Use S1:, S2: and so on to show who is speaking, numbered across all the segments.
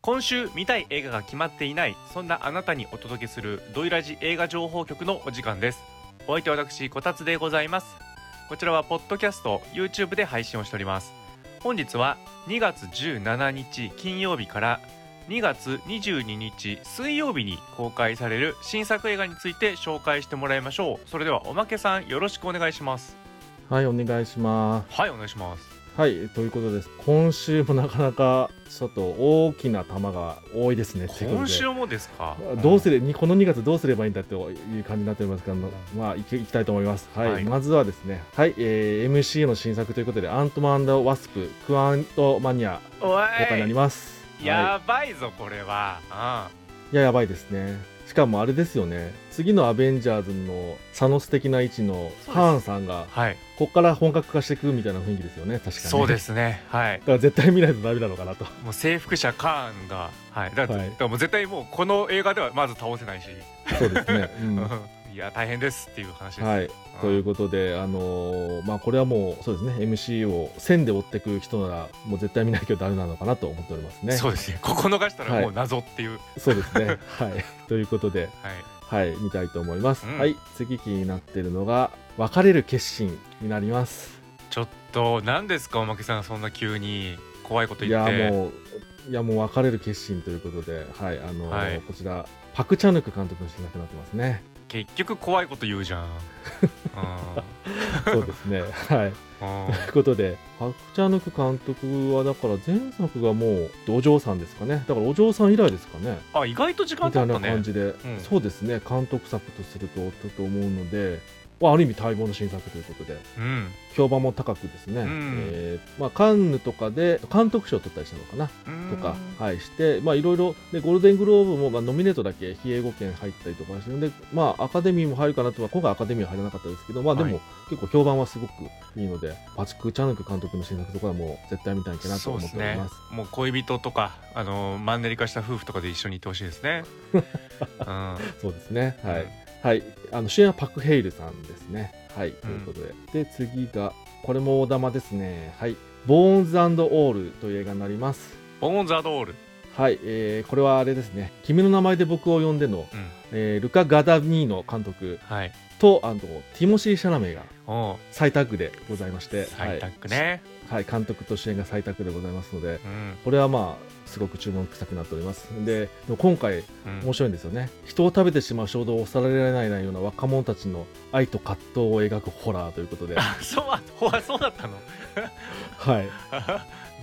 S1: 今週見たい映画が決まっていないそんなあなたにお届けするドイラジ映画情報局のお時間ですお相手は私こたつでございますこちらはポッドキャスト YouTube で配信をしております本日は2月17日金曜日から2月22日水曜日に公開される新作映画について紹介してもらいましょうそれではおまけさんよろしくお願いします
S2: はい、お願いします。
S1: はいお願いします
S2: はい、ということです。今週もなかなか、ちょっと大きな玉が多いですね。ということで
S1: 今週もですか
S2: どうすれ、にこの2月どうすればいいんだという感じになっておりますが、あのまあ、いきいきたいと思います。はい、
S1: はい
S2: まずはですね、はい、えー MCU の新作ということで、アントマンワスプ、クアントマニア、
S1: おい
S2: 公開になります。は
S1: やばいぞこれは、
S2: い、いや、やばいですね。しかもあれですよね、次のアベンジャーズのサノス的な位置の
S1: す
S2: ハーンさん
S1: う
S2: が
S1: ん、、はい
S2: ここから本格化していくみたいな雰囲気ですよね、確かに。
S1: そうですねはい
S2: だから絶対見ないとダメなのか なと。
S1: もう征服者カーンがはいだから,、
S2: はい
S1: だからもう絶対もうこの映画ではまず倒せないし、
S2: そうですね。
S1: いや大変ですっていう話です、
S2: はい。
S1: ん
S2: ということで、あのーまあ、これはもう、そうですね、MC を線で追っていく人なら、もう絶対見なきゃダメなのかなと思っておりますね。
S1: そうですねここ逃したら
S2: はい
S1: もう謎っていう、はい
S2: そうですね。はい。ということで、はい、見たいと思います。
S1: うん
S2: はい。次気になってるのが、別れる決心になります。
S1: ちょっと何ですかおまけさんそんな急に怖いこと
S2: い
S1: 言
S2: や
S1: って
S2: ー、もう、いや、もう別れる決心ということで、はい、あのー
S1: はい
S2: こちら、パク・チャヌク監督の新作になってます ね。
S1: 結局怖いこと言うじゃ ん、
S2: そうですね。はい。
S1: うんうん
S2: ということで、パクチャヌク監督は、だから前作がもう、お嬢さんですかね。だからお嬢さん以来ですかね。
S1: あ意外と時間
S2: み
S1: 経
S2: たい
S1: っ
S2: な
S1: たね
S2: 感じで、
S1: ん
S2: そうですね、監督作とすると、だと思うので、まあ、ある意味待望の新作ということで、
S1: うん
S2: 評判も高くですね、
S1: ん
S2: えーまあ、カンヌとかで監督賞を取ったりしたのかな、とか、はい、して、まあ、いろいろ、で、ゴールデングローブも、まあ、ノミネートだけ、非英語圏入ったりとかしてるんで、まあ、アカデミーも入るかなとは、今回アカデミーは入らなかったですけど、まあ、でも、
S1: はい
S2: 結構評判はすごくいいので、パチク・チャヌク監督の新作とかはもう、絶対見たいかなと
S1: そう
S2: 思
S1: で
S2: っ
S1: す
S2: ており
S1: ね
S2: ます。
S1: もう恋人とかあのマンネリ化した夫婦とかで一緒に行ってほしいです ね、うん、は
S2: そうですね。はい。はい。あの、主演はパク・ヘイルさんですね。はい。ということで。で、次が、これも大玉ですね。はい。ボーンズオールという映画になります。
S1: ボーン・ザ・ドール、
S2: はい、えーこれはあれですね、君の名前で僕を呼んでの、
S1: うん、
S2: えールカ・ガダニーノ監督
S1: はい
S2: とあのティモシー・シャラメが
S1: おう
S2: 再タッグでございまして
S1: サイタックね、
S2: はいはい、監督と主演が再タッグでございますの
S1: う
S2: で
S1: ん
S2: これはまあすごく注目作になっておりますででも今回
S1: うん
S2: 面白いんですよね人を食べてしまう衝動を抑えられないような若者たちの愛と葛藤を描くホラーということ で、
S1: あそうあほらそうだったの
S2: はい、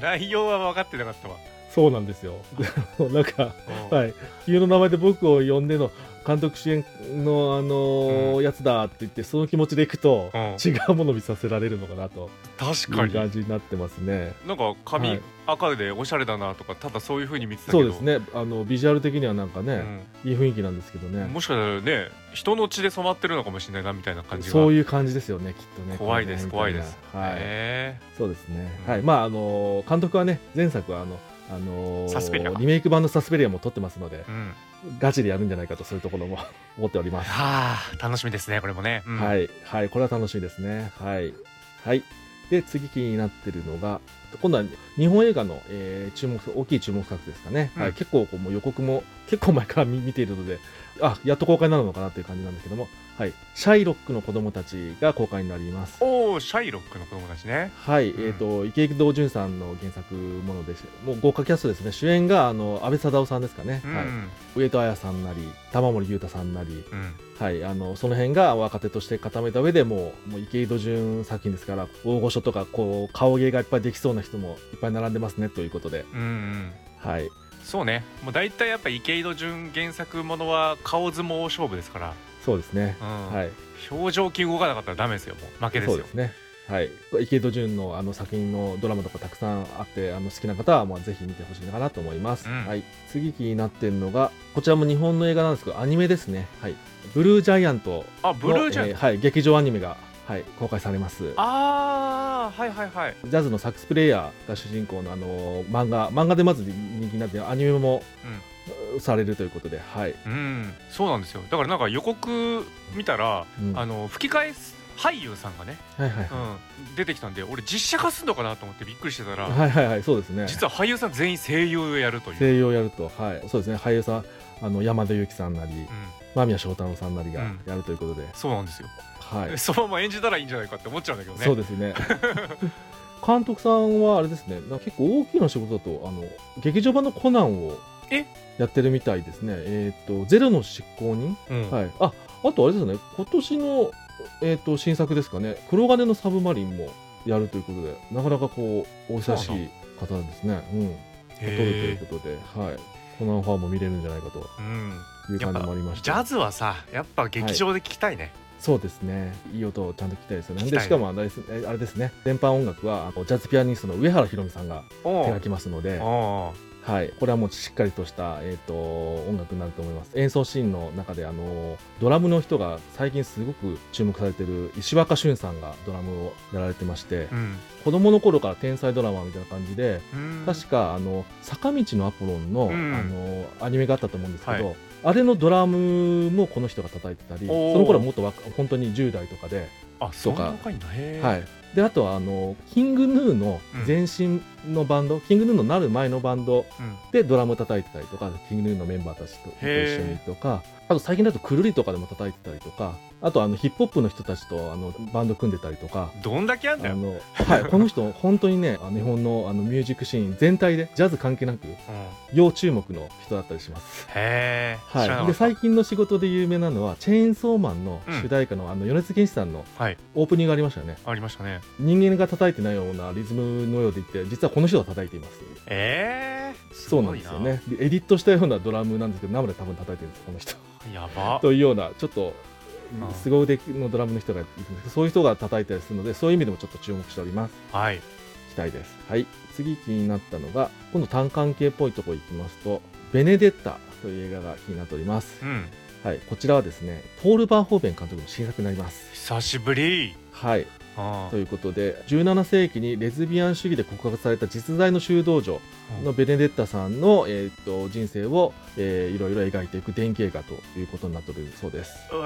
S1: 内容は分かってなかったわ
S2: そうなんですよ なんか
S1: おう
S2: はい、君の名前で僕を呼んでの監督主演の、あのー
S1: うん
S2: やつだって言ってその気持ちでいくと、
S1: うん
S2: 違うものを見させられるのかなとい
S1: 確か
S2: う
S1: に
S2: 感じになってますね。
S1: なんか
S2: は
S1: 髪
S2: い
S1: 赤でおしゃれだなとかただそういう風に見てたけ
S2: そ
S1: ど
S2: うですねあのビジュアル的にはなんか
S1: う
S2: ね、
S1: ん
S2: いい雰囲気なんですけどね
S1: もしかしたらね人の血で染まってるのかもしれないなみたいな感じが
S2: そういう感じですよねきっとね
S1: 怖いです
S2: こ
S1: 怖
S2: れね
S1: いです
S2: みたいなはい、
S1: へ
S2: そうですね、
S1: うん
S2: はいまああのー監督はね前作はあのあのー
S1: サスペリア
S2: リメイク版のサスペリアも撮ってますので
S1: え、うん、は
S2: ガチでやるんじゃないかとそういうところも思っております
S1: あ楽しみですねこれもね、うん
S2: はい、はい、これは楽しいですね。はい。はい。で、次気になってるのが、今度は日本映画の、えー注目、大きい注目作ですかね。
S1: うん
S2: はい、結構こうもう予告も、結構前から見見ているので、あ、やっと公開になるのかなという感じなんですけども、はい。シャイロックの子供たちが公開になります。
S1: おおシャイロックの子供たちね
S2: はい、
S1: うん
S2: えっ、と、池井戸潤さんの原作ものです。もう豪華キャストですね。主演が、あの、安倍貞夫さんですかね。
S1: うん、
S2: は
S1: はいい。
S2: 上戸彩さんなり、玉森裕太さんなり、
S1: うん、
S2: はい、あのその辺が若手として固めた上でもうもう池井戸潤作品ですから大御所とかこう顔芸がいっぱいできそうな人もいっぱい並んでますねということで、
S1: うんうん
S2: はい、
S1: そうねもう大体やっぱ池井戸潤原作ものは顔相撲勝負ですから、
S2: そうですね、
S1: うん
S2: はい、
S1: 表情筋動かなかったらダメですよもう負けです
S2: そう
S1: よ
S2: ですね、はい、池井戸潤のあの作品のドラマとかたくさんあってあの好きな方はまあぜひ見てほしいのかなと思います、
S1: うん
S2: はい、次気になってるのがこちらも日本の映画なんですけどアニメですね、はい、ブルージャイアント
S1: あ
S2: の
S1: ブルージャイアン
S2: え
S1: ト、
S2: はい、劇場アニメが、はい、公開されます
S1: ああはいはいはい
S2: ジャズのサックスプレイヤーが主人公のあの漫画、漫画でまず人気になって、アニメも、されるということで、はい。
S1: うんそうなんですよだからなんか予告見たら、
S2: うん
S1: あの吹き替え俳優さんがね、
S2: はいはいは
S1: うん、出てきたんで俺実写化すんのかなと思ってびっくりしてたら、
S2: いはいはいはいそうですね
S1: 実は俳優さん全員声優をやるという、
S2: 声優をやるとはいそうですね俳優さんあの山田裕貴さんなり
S1: うん、
S2: 間宮祥太朗さんなりが
S1: うん
S2: やるということで、
S1: そうなんですよ、
S2: は い
S1: そのまま演じたらいいんじゃないかって思っちゃうんだけどね
S2: そうです ね監督さんはあれですねなんか結構大きな仕事だとあの劇場版のコナンを
S1: え
S2: やってるみたいですねえっ、と「ゼロの執行人」
S1: うん
S2: はい、ああとあれですね今年の、えー、と新作ですかね「黒金のサブマリン」もやるということでなかなかこうお久しい方ですねうん撮るという
S1: へ
S2: ことで、はい、コナンファンも見れるんじゃないかと
S1: ーうん
S2: いう
S1: やっ
S2: 感じ
S1: ぱ
S2: もありまし
S1: ジ
S2: て
S1: ャズはさやっぱ劇場で聞きたいね、
S2: そうですねいい音をちゃんと聞きたいですよね
S1: 聞きたい
S2: で
S1: ね
S2: しかもあれですえあれですね全般音楽はあのジャズピアニストの上原ひろみさんが
S1: お
S2: 手
S1: う
S2: がきますので、
S1: おう
S2: はい、これはもうしっかりとした、えー、と音楽になると思います演奏シーンの中であのドラムの人が最近すごく注目されてる石若俊さんがドラムをやられてまして、
S1: うん
S2: 子供の頃から天才ドラマーみたいな感じで
S1: うん
S2: 確かあの坂道のアポロンの,、
S1: うん
S2: あのアニメがあったと思うんですけど、
S1: は
S2: あれのドラムもこの人が叩いてたりそ
S1: おー
S2: の頃はもっと若本当に10代とかで,、
S1: あそんな若いんだへー
S2: はい、であとはあのキングヌーの前身のバンド、キングヌーのなる前のバンド
S1: うん
S2: でドラム叩いてたりとかキングヌーのメンバーたちと
S1: へ
S2: 一
S1: ー
S2: 緒にとかあと最近だとくるりとかでも叩いてたりとかあとあのヒップホップの人たちとあのバンド組んでたりとか。
S1: どんだけあん
S2: あ
S1: だよ、
S2: のはい、この人、本当にね、あの日本のあのミュージックシーン全体で、ジャズ関係なく、
S1: うん、
S2: 要注目の人だったりします。
S1: へえ、知ら
S2: は、
S1: ないか
S2: で
S1: った
S2: 最近の仕事で有名なのは、チェーンソーマンの主題歌の、あの米津玄師さんの
S1: はい
S2: オープニングがありましたよね、
S1: ありましたね
S2: 人間が叩いてないようなリズムのようで言って、実はこの人が叩いています。
S1: ええす
S2: そうな
S1: ご
S2: ん
S1: い
S2: ですよね。でエディットしたようなドラムなんですけど、生で多分叩いてるんです、この人。
S1: やば
S2: というような、ちょっと
S1: うん。
S2: すご腕のドラムの人がいるんですけどそういう人が叩いたりするのでそういう意味でもちょっと注目しております
S1: はい
S2: 期待ですはい次気になったのが今度単関係っぽいとこ行きますと「ベネデッタ」という映画が気になっております
S1: うん
S2: はい、こちらはですね、ポール・バーホーベン監督の新作になります。
S1: 久しぶり
S2: はい、
S1: あ
S2: ということで、17世紀にレズビアン主義で告白された実在の修道女
S1: うん
S2: のベネデッタさんの、えーっと人生を、えーいろいろ描いていく電気映画ということになっているそうです。
S1: うえ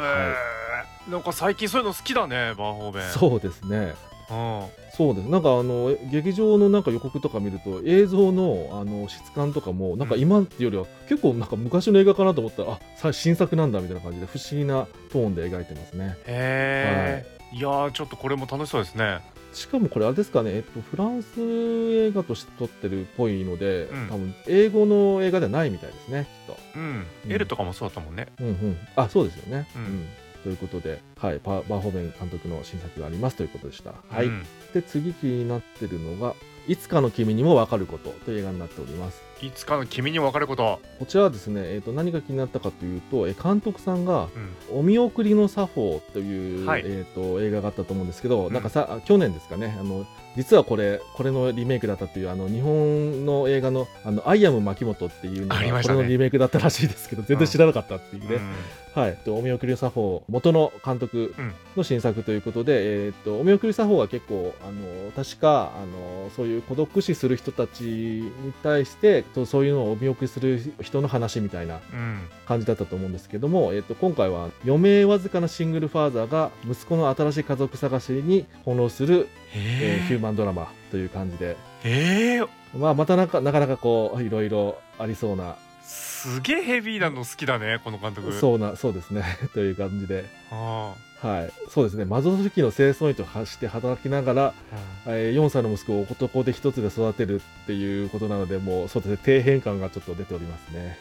S1: ーなんか最近そういうの好きだねバーホーベン
S2: そうですね。
S1: うん
S2: そうです。なんかあのえ劇場のなんか予告とか見ると映像のあの質感とかもなんか今っていうよりは結構なんか昔の映画かなと思ったらあさ新作なんだみたいな感じで不思議なトーンで描いてますね。
S1: へえいやーちょっとこれも楽しそうですね
S2: しかもこれあれですかね、えっと、フランス映画として撮ってるっぽいので、
S1: うん
S2: 多分英語の映画ではないみたいですねきっ
S1: うん
S2: うん
S1: L とかもそうだったもんね
S2: と、うんうん、あそうですよね、
S1: うん
S2: ということで、はい、パバーホーベン監督の新作がありますということでした、はい
S1: うん
S2: で次気になってるのが「いつかの君にもわかること」という映画になっております
S1: いつかの君にも分かること
S2: こちらはですね、えっと何が気になったかというとえ監督さんが
S1: うん
S2: 「お見送りの作法」という、
S1: はい
S2: えー、と映画があったと思うんですけど、
S1: うん
S2: なんかさあ去年ですかねあの実はこれこれのリメイクだったっていうあの日本の映画の「あのアイアム牧本」っていうのが
S1: ありまし
S2: こ
S1: た
S2: れ
S1: ね
S2: のリメイクだったらしいですけど全然知らなかったっていうね、
S1: うん
S2: はい、とお見送りの作法元の監督
S1: うん
S2: の新作ということで、えー、とお見送り作法は結構あの確かあのそういう孤独死する人たちに対してとそういうのをお見送りする人の話みたいな
S1: うん
S2: 感じだったと思うんですけども、えっと今回は余命わずかなシングルファーザーが息子の新しい家族探しに翻弄する、えーヒュ
S1: へ
S2: ーマンドラマという感じで、
S1: え
S2: まあ、またなんかなかなかこういろいろありそうな
S1: すげえヘビーなの好きだねこの監督う
S2: そうなそうですね という感じで。
S1: あ
S2: はい、そうですね魔族主義の清掃員として働きながら、
S1: ー
S2: え4歳の息子を男で一つで育てるっていうことなのでもうそうですね底辺感がちょっと出ておりますね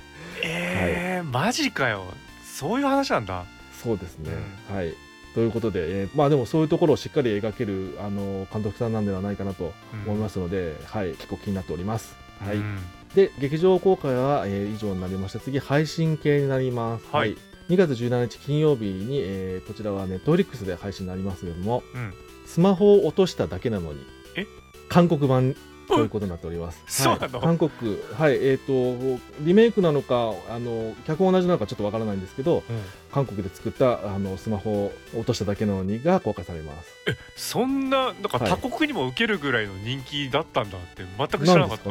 S1: えーマジかよそういう話なんだ、
S2: そうですね、はいということで、えーまあでもそういうところをしっかり描けるあの監督さんなんではないかなと思いますすので、はい結構気になっております、
S1: うん
S2: はい
S1: うん
S2: で劇場公開は、えー以上になりました次配信系になります
S1: はい
S2: 2月17日金曜日に、えーこちらはネットフリックスで配信になりますけれども
S1: うん
S2: スマホを落としただけなのに
S1: え
S2: 韓国版ということになっております、
S1: そうなの
S2: はい、韓国はいえっ、とリメイクなのかあの脚本同じなのかちょっとわからないんですけど
S1: うん
S2: 韓国で作ったあのスマホを落としただけなのにが公開されます
S1: そんななんか
S2: はい
S1: 他国にも受けるぐらいの人気だったんだって全く知
S2: な
S1: らなんかっ
S2: です
S1: た
S2: か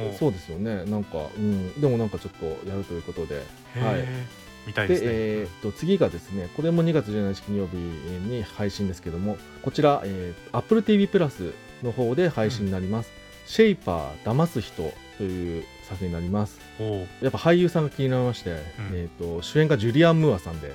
S2: ね
S1: うん
S2: そうですよねなんかうんでもなんかちょっとやるということで
S1: へー見たい
S2: で
S1: ですね。
S2: えーと次がですねこれも2月17日金曜日に配信ですけどもこちら、えー、Apple TV プラスの方で配信になります、シェイパー騙す人という作品になります
S1: おお、
S2: やっぱ俳優さんが気になりまして、えー、と主演がジュリアン・ムーアさんで,、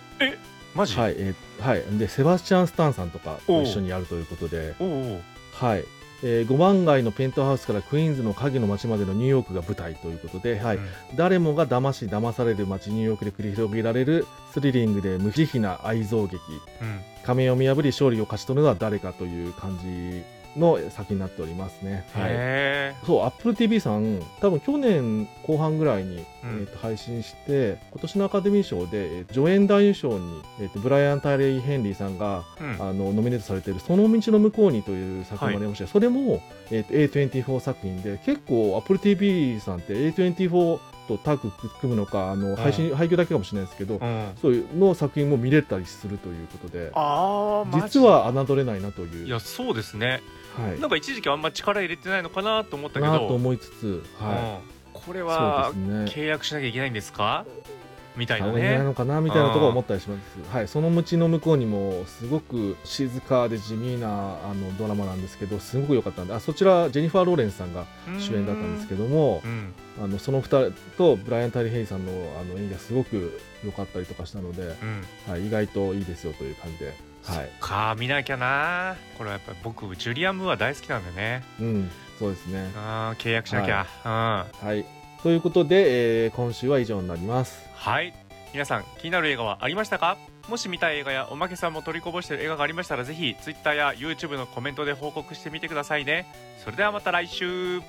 S1: マジ。
S2: はいえーはい、でセバスチャン・スタンさんとかと一緒にやるということで、
S1: おお、
S2: はいえー、5番街のペントハウスからクイーンズの影の街までのニューヨークが舞台ということで、はい
S1: うん
S2: 誰もが騙し騙される街ニューヨークで繰り広げられるスリリングで無慈悲な愛憎劇
S1: うん
S2: 仮面を見破り勝利を勝ち取るのは誰かという感じの先になっておりますね。はい
S1: へ
S2: そう AppleTV さん多分去年後半ぐらいに、
S1: うん
S2: えーと配信して今年のアカデミー賞で、えー助演男優賞に、えーとブライアン・タイレイ・ヘンリーさんが
S1: え。うん。
S2: あのノミネートされている「その道の向こうに」という作品もありまして、それも、えーと、A24 作品で結構 AppleTV さんって A24 とタッグ組むのかあの配信、配給だけかもしれないですけど、
S1: うん。
S2: そういうの作品も見れたりするということで
S1: ああ、マジ
S2: 実。は侮れないなという
S1: いや、そうですね。
S2: はい、
S1: なんか一時期あんま力入れてないのかなと思ったけ
S2: なと
S1: ど。
S2: 思いつつ、は
S1: うんこれ
S2: い
S1: は
S2: そうですね
S1: 契約しなきゃいけないんですか。みたいな
S2: 大変な
S1: ね。
S2: のかなみたいなところを思ったりします、はい、その道の向こうにもすごく静かで地味なあのドラマなんですけどすごく良かったんであそちらジェニファー・ローレンスさんが主演だったんですけども
S1: う、ん。
S2: あのその2人とブライアン・タリー・ヘイさんのあの演技がすごく良かったりとかしたので、
S1: うん。
S2: はい、意外といいですよという感じで、はい
S1: か見なきゃなこれはやっぱり僕ジュリアムーは大好きなんでね
S2: うん、そうですね。
S1: あー契約しなきゃ、うん
S2: はい、ということで、えー今週は以上になります。
S1: はい皆さん気になる映画はありましたかもし見たい映画やおまけさんも取りこぼしてる映画がありましたらぜひ Twitter や YouTube のコメントで報告してみてくださいねそれではまた来週